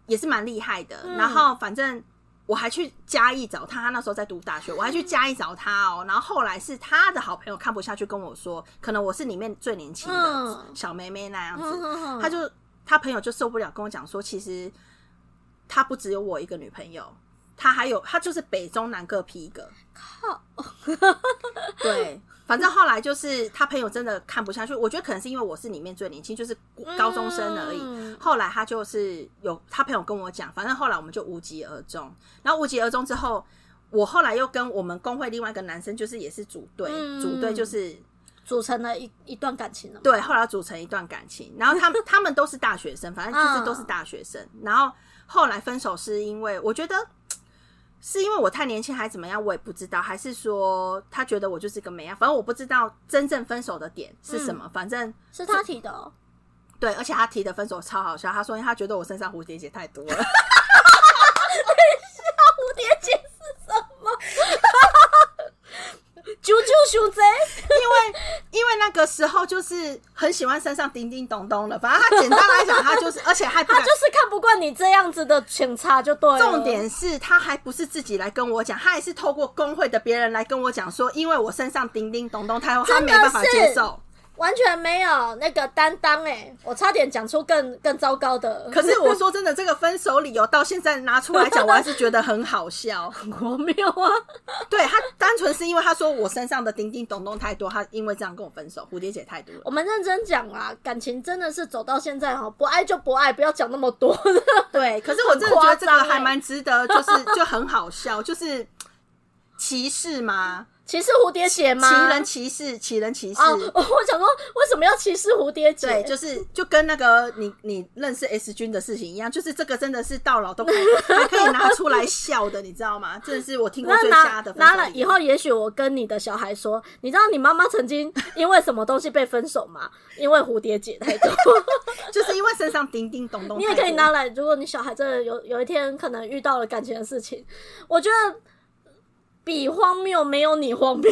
B: 也是蛮厉害的。
A: 嗯
B: 然后反正我还去嘉义找他，他那时候在读大学，我还去嘉义找他哦。然后后来是他的好朋友看不下去，跟我说，可能我是里面最年轻的
A: 嗯
B: 小妹妹那样子，
A: 嗯
B: 他就他朋友就受不了，跟我讲说，其实他不只有我一个女朋友，他还有他就是北中南各批一个。
A: 靠，
B: 对，反正后来就是他朋友真的看不下去，我觉得可能是因为我是里面最年轻，就是高中生而已。
A: 嗯
B: 后来他就是有他朋友跟我讲，反正后来我们就无疾而终。然后无疾而终之后，我后来又跟我们工会另外一个男生，就是也是组队，
A: 嗯
B: 组队就是
A: 组成了一一段感情了嘛。
B: 对，后来组成一段感情，然后他们他们都是大学生，反正就是
A: 嗯
B: 都是大学生。然后后来分手是因为我觉得是因为我太年轻还是怎么样，我也不知道，还是说他觉得我就是个美啊，反正我不知道真正分手的点是什么。反正
A: 是他提的、哦，
B: 对，而且他提的分手超好笑，他说因为他觉得我身上蝴蝶结太多了，
A: 蝴蝶结是什么？ 啾啾熊贼，
B: 因为那个时候就是很喜欢身上叮叮咚咚的。反正他简单来讲，他就是，而且还不
A: 他
B: 敢
A: 就是看不惯你这样子的警察就对了。
B: 重点是他还不是自己来跟我讲，他也是透过工会的别人来跟我讲说，因为我身上叮叮咚咚，他他
A: 真
B: 没
A: 的
B: 办法 接受。
A: 完全没有那个担当哎、我差点讲出更更糟糕 的，
B: 可是我说真的，这个分手理由到现在拿出来讲，我还是觉得很 好笑。
A: 我没有啊，
B: 对他单纯是因为他说我身上的叮叮咚咚太多，他因为这样跟我分手，蝴蝶结太多了。
A: 我们认真讲啦，感情真的是走到现在哈，不爱就不爱，不要讲那么多。
B: 对，可是我真的觉得这个
A: 很夸张欸
B: 还蛮值得，就是
A: 啊
B: 就很好笑，就是歧视吗？
A: 歧视蝴蝶结吗？
B: 奇人歧视，奇人歧视。
A: 哦， 我想说为什么要歧视蝴蝶结？
B: 对，就是就跟那个你你认识 S 君的事情一样，就是这个真的是到老都可以还可以拿出来笑的，你知道吗？这是我听过
A: 那
B: 最
A: 拿
B: 瞎的分
A: 拿
B: 手
A: 了
B: 理
A: 以
B: 由。
A: 后，也许我跟你的小孩说，你知道你妈妈曾经因为什么东西被分手吗？因为蝴蝶结太多。
B: 就是因为身上叮叮咚咚，
A: 你也可以拿。来，如果你小孩真的有有一天可能遇到了感情的事情，我觉得比荒谬没有你荒谬。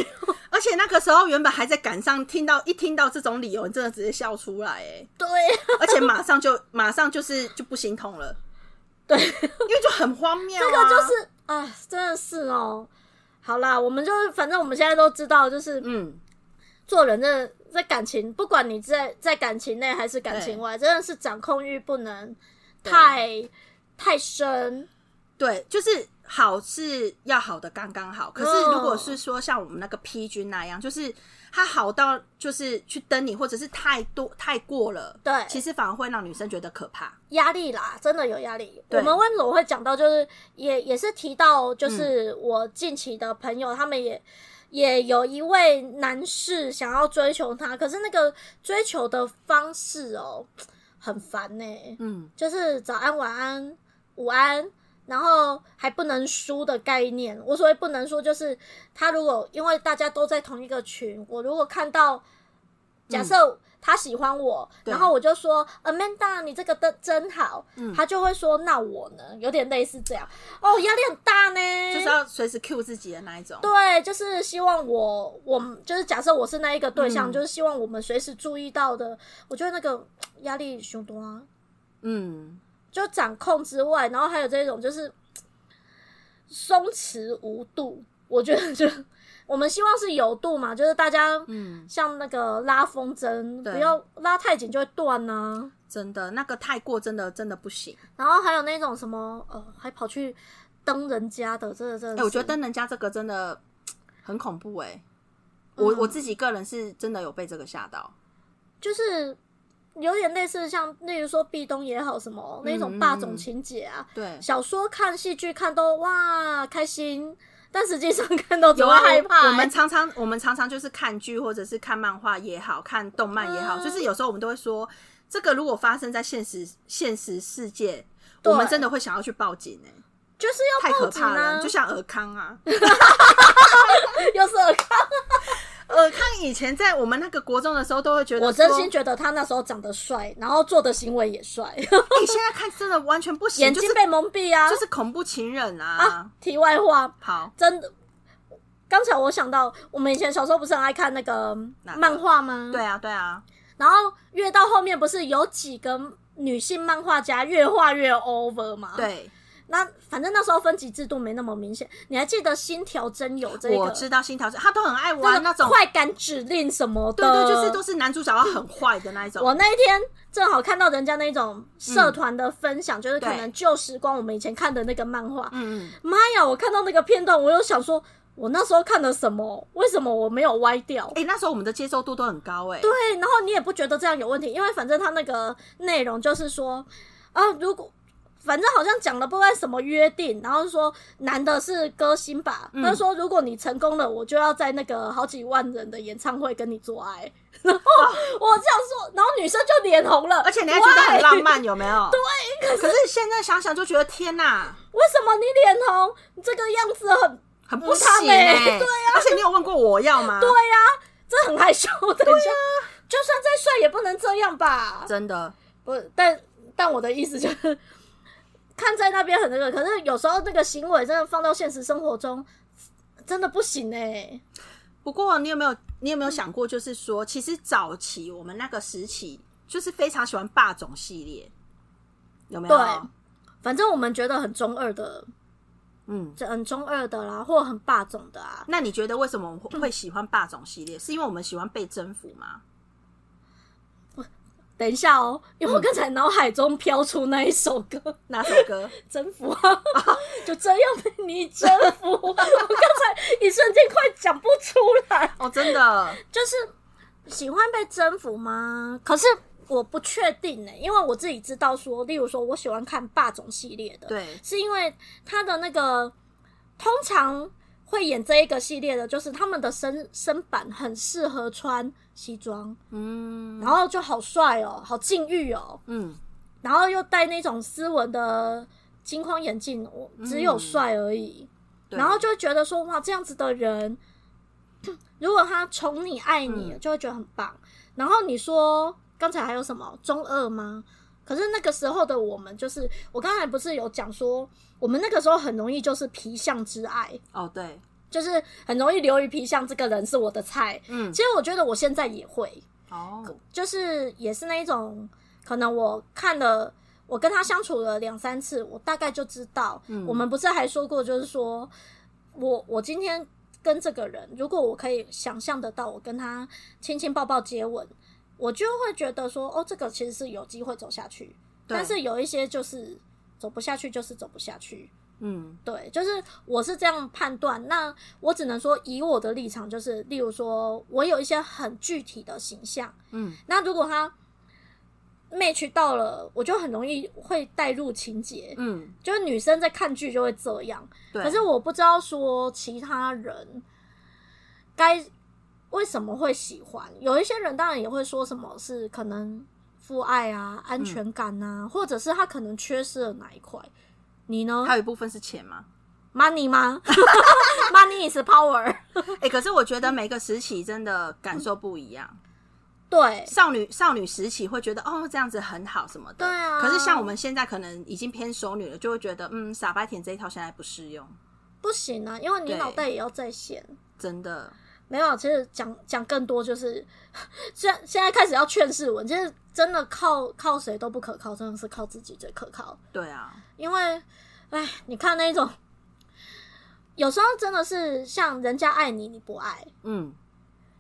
B: 而且那个时候原本还在赶上，听到一听到这种理由，你真的直接笑出来哎、
A: 对，
B: 而且马上就马上就是就不心痛了，
A: 对，
B: 因为就很荒谬、啊。
A: 这个就是啊，真的是哦。好啦，我们就是反正我们现在都知道，就是
B: 嗯，
A: 做人真的在感情，不管你在在感情内还是感情
B: 对
A: 外，真的是掌控欲不能
B: 对
A: 太太深。
B: 对，就是好是要好的刚刚好，可是
A: 哦
B: 如果是说像我们那个 P 君那样，就是他好到就是去登你，或者是太多太过了，
A: 对
B: 其实反而会让女生觉得可怕。
A: 压力啦，真的有压力。
B: 对
A: 我们为什么会讲到，就是也也是提到，就是我近期的朋友，他们也也有一位男士想要追求她，可是那个追求的方式哦、很烦欸呢、
B: 嗯，
A: 就是早安、晚安、午安，然后还不能输的概念。我所谓不能输，就是他如果因为大家都在同一个群，我如果看到，假设他喜欢我，
B: 嗯对
A: 然后我就说 Amanda，你这个的真好，
B: 嗯
A: 他就会说那我呢，有点类似这样。哦，压力很大呢，
B: 就是啊要随时 cue 自己的那一种。
A: 对，就是希望我，我们就是假设我是那一个对象，
B: 嗯
A: 就是希望我们随时注意到的。我觉得那个压力凶多啊。
B: 嗯，
A: 就掌控之外，然后还有这种就是松弛无度，我觉得就我们希望是有度嘛，就是大家
B: 嗯
A: 像那个拉风筝，
B: 对
A: 不要拉太紧就会断呐、
B: 真的，那个太过真的真的不行。
A: 然后还有那种什么呃，还跑去登人家的，这个真的
B: 哎、
A: 是，
B: 我觉得登人家这个真的很恐怖哎、我、
A: 嗯
B: 我自己个人是真的有被这个吓到。
A: 就是。有点类似像，例如说壁咚也好，什
B: 嗯
A: 么那种霸总情节啊，
B: 对，
A: 小说看、戏剧看都哇开心，但实际上看 到只
B: 有
A: 会
B: 啊，
A: 害怕、欸哎
B: 我。我们常常我们常常就是看剧或者是看漫画也好看动漫也好，
A: 嗯
B: 就是有时候我们都会说，这个如果发生在现实现实世界，
A: 对
B: 我们真的会想要去报警哎、
A: 就是
B: 太
A: 要报
B: 可
A: 警
B: 怕
A: 啊
B: 了，就！像尔康啊，
A: 又是尔康，
B: 尔康以前在我们那个国中的时候都会觉得，
A: 我真心，觉得他那时候长得帅，然后做的行为也 帅，
B: 你、哎现在看真的完全不行，
A: 眼睛被蒙蔽啊！
B: 就是、就是恐怖情人啊。
A: 啊，题外话，
B: 好，
A: 真的，刚才我想到，我们以前小时候不是很爱看那个
B: 哪个
A: 漫画吗？
B: 对。啊，对啊，
A: 然后越到后面，不是有几个女性漫画家越画越 over 吗？。
B: 对，
A: 那反正那时候分级制度没那么明显。你还记得心条真有这
B: 我
A: 个？
B: 知道心条是，他都很爱
A: 那
B: 玩
A: 个
B: 那种，
A: 快感指令什么的，
B: 对对，就是都是男主角要很坏的那一种。
A: 我那一天正好看到人家那种社团的分享，就是可能旧时光我们以前看的那个漫画。
B: 嗯，
A: 妈呀！我看到那个片段，我又想说，我那时候看的什么？为什么我没有歪掉？
B: 哎、那时候我们的接受度都很高、哎，
A: 对，然后你也不觉得这样有问题，因为反正他那个内容就是说，啊，如果反正好像讲了不知道什么约定，然后说男的是歌星吧，
B: 嗯
A: 他说如果你成功了，我就要在那个好几万人的演唱会跟你做爱。 然后我这样说，然后女生就脸红了，
B: 而且你还觉得很
A: Why？
B: 浪漫，有没有？对，可是现在想想就觉得天哪、
A: 为什么你脸红？你这个样子很，
B: 很不
A: 不
B: 行
A: 搭
B: 哎、
A: 嘞对
B: 啊，而且你有问过我要吗？对，
A: 这很害羞的。对呀、就算再帅也不能这样吧？
B: 真的，
A: 不，但但我的意思就是，看在那边很那个，可是有时候那个行为真的放到现实生活中，真的不行哎、
B: 不过你有没有你有没有想过，就是说，其实早期我们那个时期就是非常喜欢霸总系列，有没有？
A: 对反正我们觉得很中二的，
B: 嗯，
A: 这很中二的啦，或很霸总的啊。
B: 那你觉得为什么我们会会喜欢霸总系列？是因为我们喜欢被征服吗？
A: 等一下哦，因为我刚才脑海中飘出那一首歌 《
B: 那首歌
A: 征服》 啊，就这样被你征服，我刚才一瞬间快讲不出来。
B: 哦，真的，
A: 就是喜欢被征服吗？可是我不确定呢、因为我自己知道说，例如说我喜欢看霸总系列的，，
B: 对，
A: 是因为他的那个通常会演这一个系列的，就是他们的身身板很适合穿西装，
B: 嗯
A: 然后就好帅哦、好禁欲哦、
B: 嗯，
A: 然后又戴那种斯文的金框眼镜，我
B: 嗯
A: 只有帅而已。
B: 对
A: 然后就会觉得说，哇，这样子的人， 如果他宠你、爱你，就会觉得很棒。然后你说刚才还有什么中二吗？可是那个时候的我们，就是我刚才不是有讲说，我们那个时候很容易就是皮相之爱，
B: 哦对，
A: 就是很容易流于皮相，这个人是我的菜。
B: 嗯
A: 其实我觉得我现在也会，
B: 哦，
A: 就是也是那一种，可能我看了，我跟他相处了两三次，我大概就知道。
B: 嗯
A: 我们不是还说过，就是说我我今天跟这个人，如果我可以想象得到，我跟他亲亲抱抱接吻，我就会觉得说，哦，这个其实是有机会走下去。
B: 对
A: 但是有一些就是走不下去，就是走不下去。
B: 嗯
A: 对，就是我是这样判断。那我只能说，以我的立场，就是例如说，我有一些很具体的形象。
B: 嗯，
A: 那如果他 match 到了，我就很容易会带入情节，
B: 嗯，
A: 就是女生在看剧就会这样。
B: 对，
A: 可是我不知道说其他人该为什么会喜欢，有一些人当然也会说什么是可能父爱啊、安全感啊，
B: 嗯
A: 或者是他可能缺失了哪一块。你呢
B: 还有一部分是钱嘛，
A: ？Money 吗？Money is power。
B: 哎、可是我觉得每个时期真的感受不一样。
A: 对，
B: 少女少女时期会觉得哦这样子很好什么
A: 对
B: 的，
A: 啊
B: 可是像我们现在可能已经偏熟女了，就会觉得嗯傻白甜这一套现在不适用，
A: 不行啊，因为你
B: 对
A: 脑袋也要在线。
B: 真的。
A: 没有，啊其实讲讲更多就是， 现现在开始要劝世文，其实真的靠靠谁都不可靠，真的是靠自己最可靠。
B: 对啊，
A: 因为，哎，你看那种，有时候真的是像人家爱你，你不爱，
B: 嗯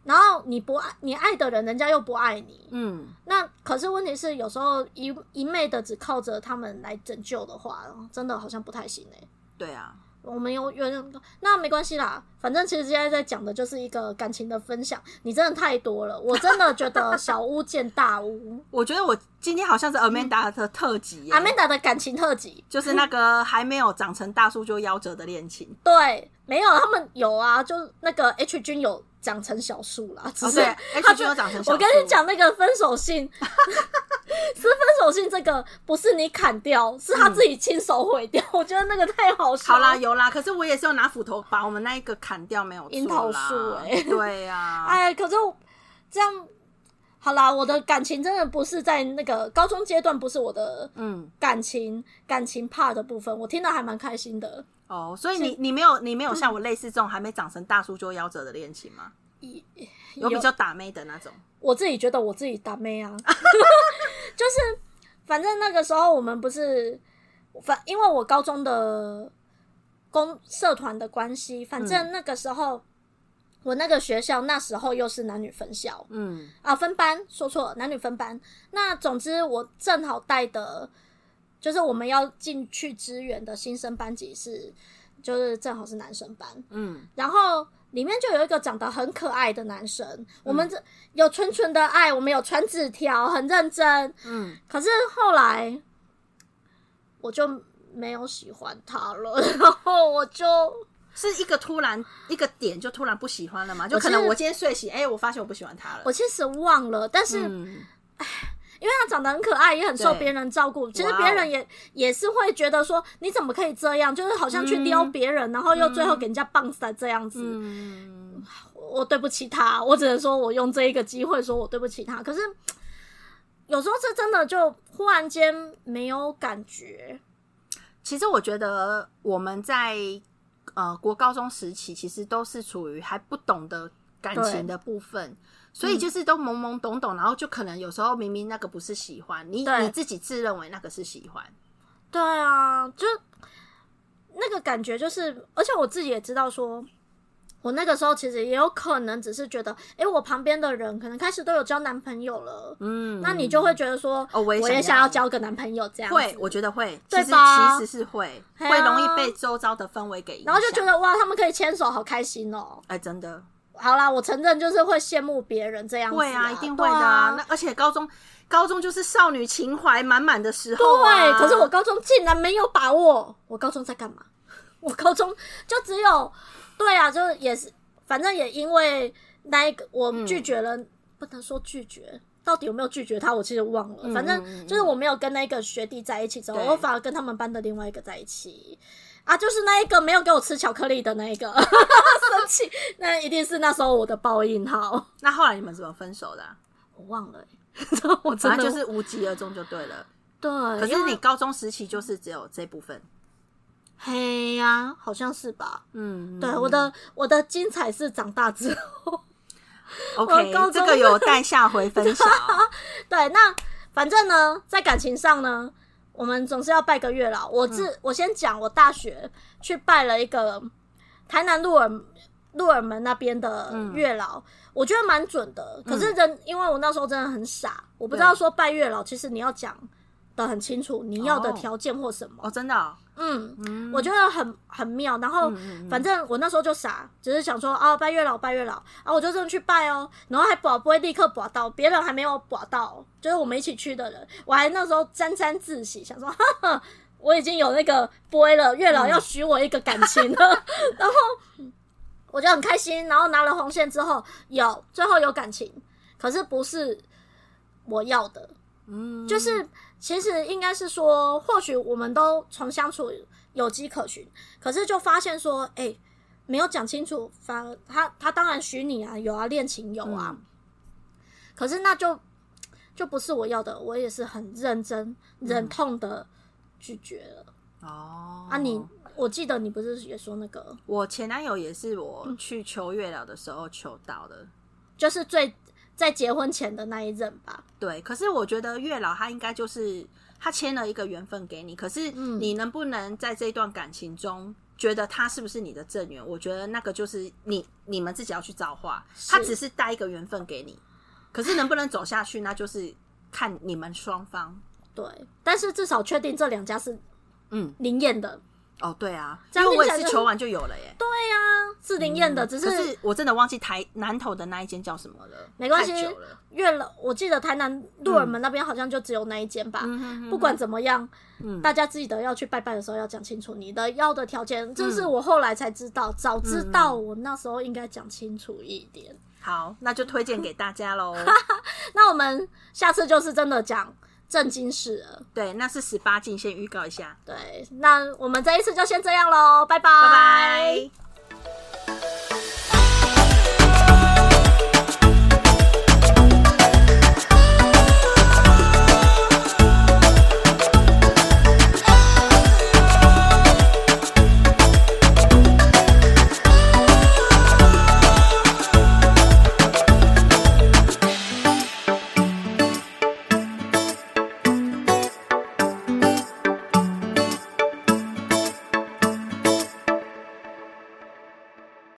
A: 然后你不爱你爱的人，人家又不爱你。
B: 嗯，
A: 那可是问题是，有时候一一昧的只靠着他们来拯救的话，真的好像不太行哎、
B: 对啊，
A: 我们有有点那没关系啦，反正其实现在在讲的就是一个感情的分享。你真的太多了，我真的觉得小巫见大 巫。
B: 我觉得我今天好像是 Amanda 的特辑耶、
A: 阿曼达的感情特辑，
B: 就是那个还没有长成大叔就夭折的恋情。
A: 对，没有他们有啊，就那个 H 君有长成小树啦，只
B: 哦，
A: 是
B: 对
A: 他
B: ，H
A: 就
B: 君有长成小
A: 我跟你
B: 树，
A: 讲，那个分手信 是分手信，这个不是你砍掉，是他自己亲手毁掉。我觉得那个太好笑。
B: 嗯好啦，，有啦，可是我也是有拿斧头把我们那一个砍掉，没有
A: 樱
B: 错
A: 桃
B: 啦
A: 树欸
B: 对呀、啊，
A: 哎，可是我这样好啦，我的感情真的不是在那个高中阶段，不是我的
B: 嗯，
A: 感情感情 part 的部分，我听到还蛮开心的。
B: 哦，所以你你没有你没有像我类似这种还没长成大叔就夭折的恋情吗？有比较打妹的那种，
A: 我自己觉得我 自己打妹啊，就是反正那个时候我们不是反因为我高中的公社团的关系，反
B: 嗯
A: 正那个时候、我那个学校那时候又是男女分校
B: 嗯
A: 啊，分班说错了，男女分班。那总之我正好带的，就是我们要进去支援的新生班级是，就是正好是男生班，
B: 嗯，
A: 然后。里面就有一个长得很可爱的男生，我们这有纯纯的爱，我们有传纸条，很认真，
B: 嗯，
A: 可是后来我就没有喜欢他了， 然后我就
B: 是一个突然一个点就突然不喜欢了嘛？就
A: 我
B: 可
A: 是
B: 能我今天睡醒，哎、我发现我不喜欢他了。
A: 我其实忘了，但是
B: 嗯
A: 因为他长得很可爱，也很受
B: 对
A: 别人照顾，其实
B: 哇哦
A: 别人也也是会觉得说你怎么可以这样，就是好像去撩
B: 嗯
A: 别人，然后又最后给人家棒死这样子，
B: 嗯，
A: 我对不起他，我只能说我用这一个机会说我对不起他，可是。有时候是真的，就忽然间没有感觉，
B: 其实我觉得我们在呃国高中时期，其实都是处于还不懂得感情的部分，所
A: 嗯
B: 以就是都懵懵懂懂，然后就可能有时候明明那个不是喜欢，你
A: 对
B: 你自己自认为那个是喜欢，
A: 对啊，就那个感觉就是，而且我自己也知道说。我那个时候其实也有可能只是觉得，诶、我旁边的人可能开始都有交男朋友了，
B: 嗯，
A: 那你就会觉得说，
B: 哦我也想
A: 也想
B: 要
A: 要交个男朋友这样子
B: 会，我觉得会，其
A: 对
B: 实
A: 吧
B: 其实是会，
A: 嘿
B: 会容
A: 啊
B: 易被周遭的氛围给影
A: 然
B: 响，
A: 后就觉得哇，他们可以牵手，好开心哦、
B: 哎、真的
A: 好啦，我承认就是会羡慕别人这样子、
B: 会
A: 啊，
B: 啊，一定会
A: 对
B: 的啊。
A: 啊
B: 那而且高中高中就是少女情怀满满的时候、啊，
A: 对，可是我高中竟然没有把握。我高中在干嘛？ 我高中就只有，对啊，就是也是，反正也因为那一个我拒绝了，不能说拒绝，到底有没有拒绝他，我其实忘了。
B: 嗯
A: 反
B: 嗯
A: 正
B: 嗯
A: 就是我没有跟那个学弟在一起之后，
B: 对
A: 我反而跟他们班的另外一个在一起。啊，就是那一个没有给我吃巧克力的那一 个，生气，那一定是那时候我的报应好，
B: 那后来你们怎么分手的啊、
A: 我忘了、欸， 我真
B: 反
A: 的
B: 正就是无疾而终就对了。
A: 对，
B: 可
A: 因
B: 是
A: 为
B: 你高中时期就是只有这部分，
A: 嘿呀、好像是吧？
B: 嗯，
A: 对，我的我的精彩是长大之后。
B: OK，
A: 我高中
B: 这个有待下回分 享。
A: 对，那反正呢，在感情上呢，我们总是要拜个月老。我自、
B: 嗯
A: 我先讲，我大学去拜了一个台南鹿耳鹿耳门那边的
B: 嗯
A: 月老，我觉得蛮准的。可是人，因为我那时候真的很傻，我不知道说拜月老，其实你要讲的很清楚，你要的
B: 哦
A: 条件或什么。
B: 哦，真的哦、
A: 嗯，
B: 嗯，
A: 我觉得很很妙。然后
B: 嗯嗯嗯
A: 反正我那时候就傻，只是想说啊，拜月老，拜月老啊，我就真的去拜哦。然后还保不会立刻保到，别人还没有保到，就是我们一起去的人，我还那时候沾沾自喜，想说哈哈，我已经有那个杯了，月老要许我一个感情了。然后我就很开心，然后拿了红线之后，有最后有感情，可是不是我要的，
B: 嗯，
A: 就是其实应该是说，或许我们都从相处有迹可循，可是就发现说，哎、没有讲清楚，反而他他当然许你啊，有啊，恋情有啊，
B: 嗯
A: 可是那就就不是我要的，我也是很认真忍
B: 嗯
A: 痛的拒绝了、
B: 哦
A: 啊你。我记得你不是也说那个，
B: 我前男友也是我去求月老的时候求到的。
A: 就是最在结婚前的那一任吧？
B: 对，可是我觉得月老他应该就是他签了一个缘分给你，可是
A: 嗯
B: 你能不能在这段感情中觉得他是不是你的正缘？我觉得那个就是你你们自己要去造化，他
A: 是
B: 只是带一个缘分给你，可是能不能走下去，那就是看你们双方。
A: 对，但是至少确定这两家是
B: 嗯，
A: 灵验的，
B: 哦，对啊，
A: 这
B: 因
A: 样
B: 为我
A: 听
B: 也
A: 起来
B: 是
A: 就
B: 求完就有了耶。
A: 对呀、是灵验的，只
B: 嗯可是我真的忘记台南头的那一间叫什么了，
A: 没关系
B: 太久了。
A: 月老，我记得台南鹿耳门那边好像就只有那一间吧。不管怎么样，
B: 嗯
A: 大家记得要去拜拜的时候要讲清楚你的要的条件。这是我后来才知道，早知道我那时候应该讲清楚一点。
B: 好，那就推荐给大 家喽。
A: 那我们下次就是真的讲正经事了。
B: 对，那是十八禁，先预告一下。
A: 对，那我们这一次就先这样喽，拜拜，
B: 拜拜。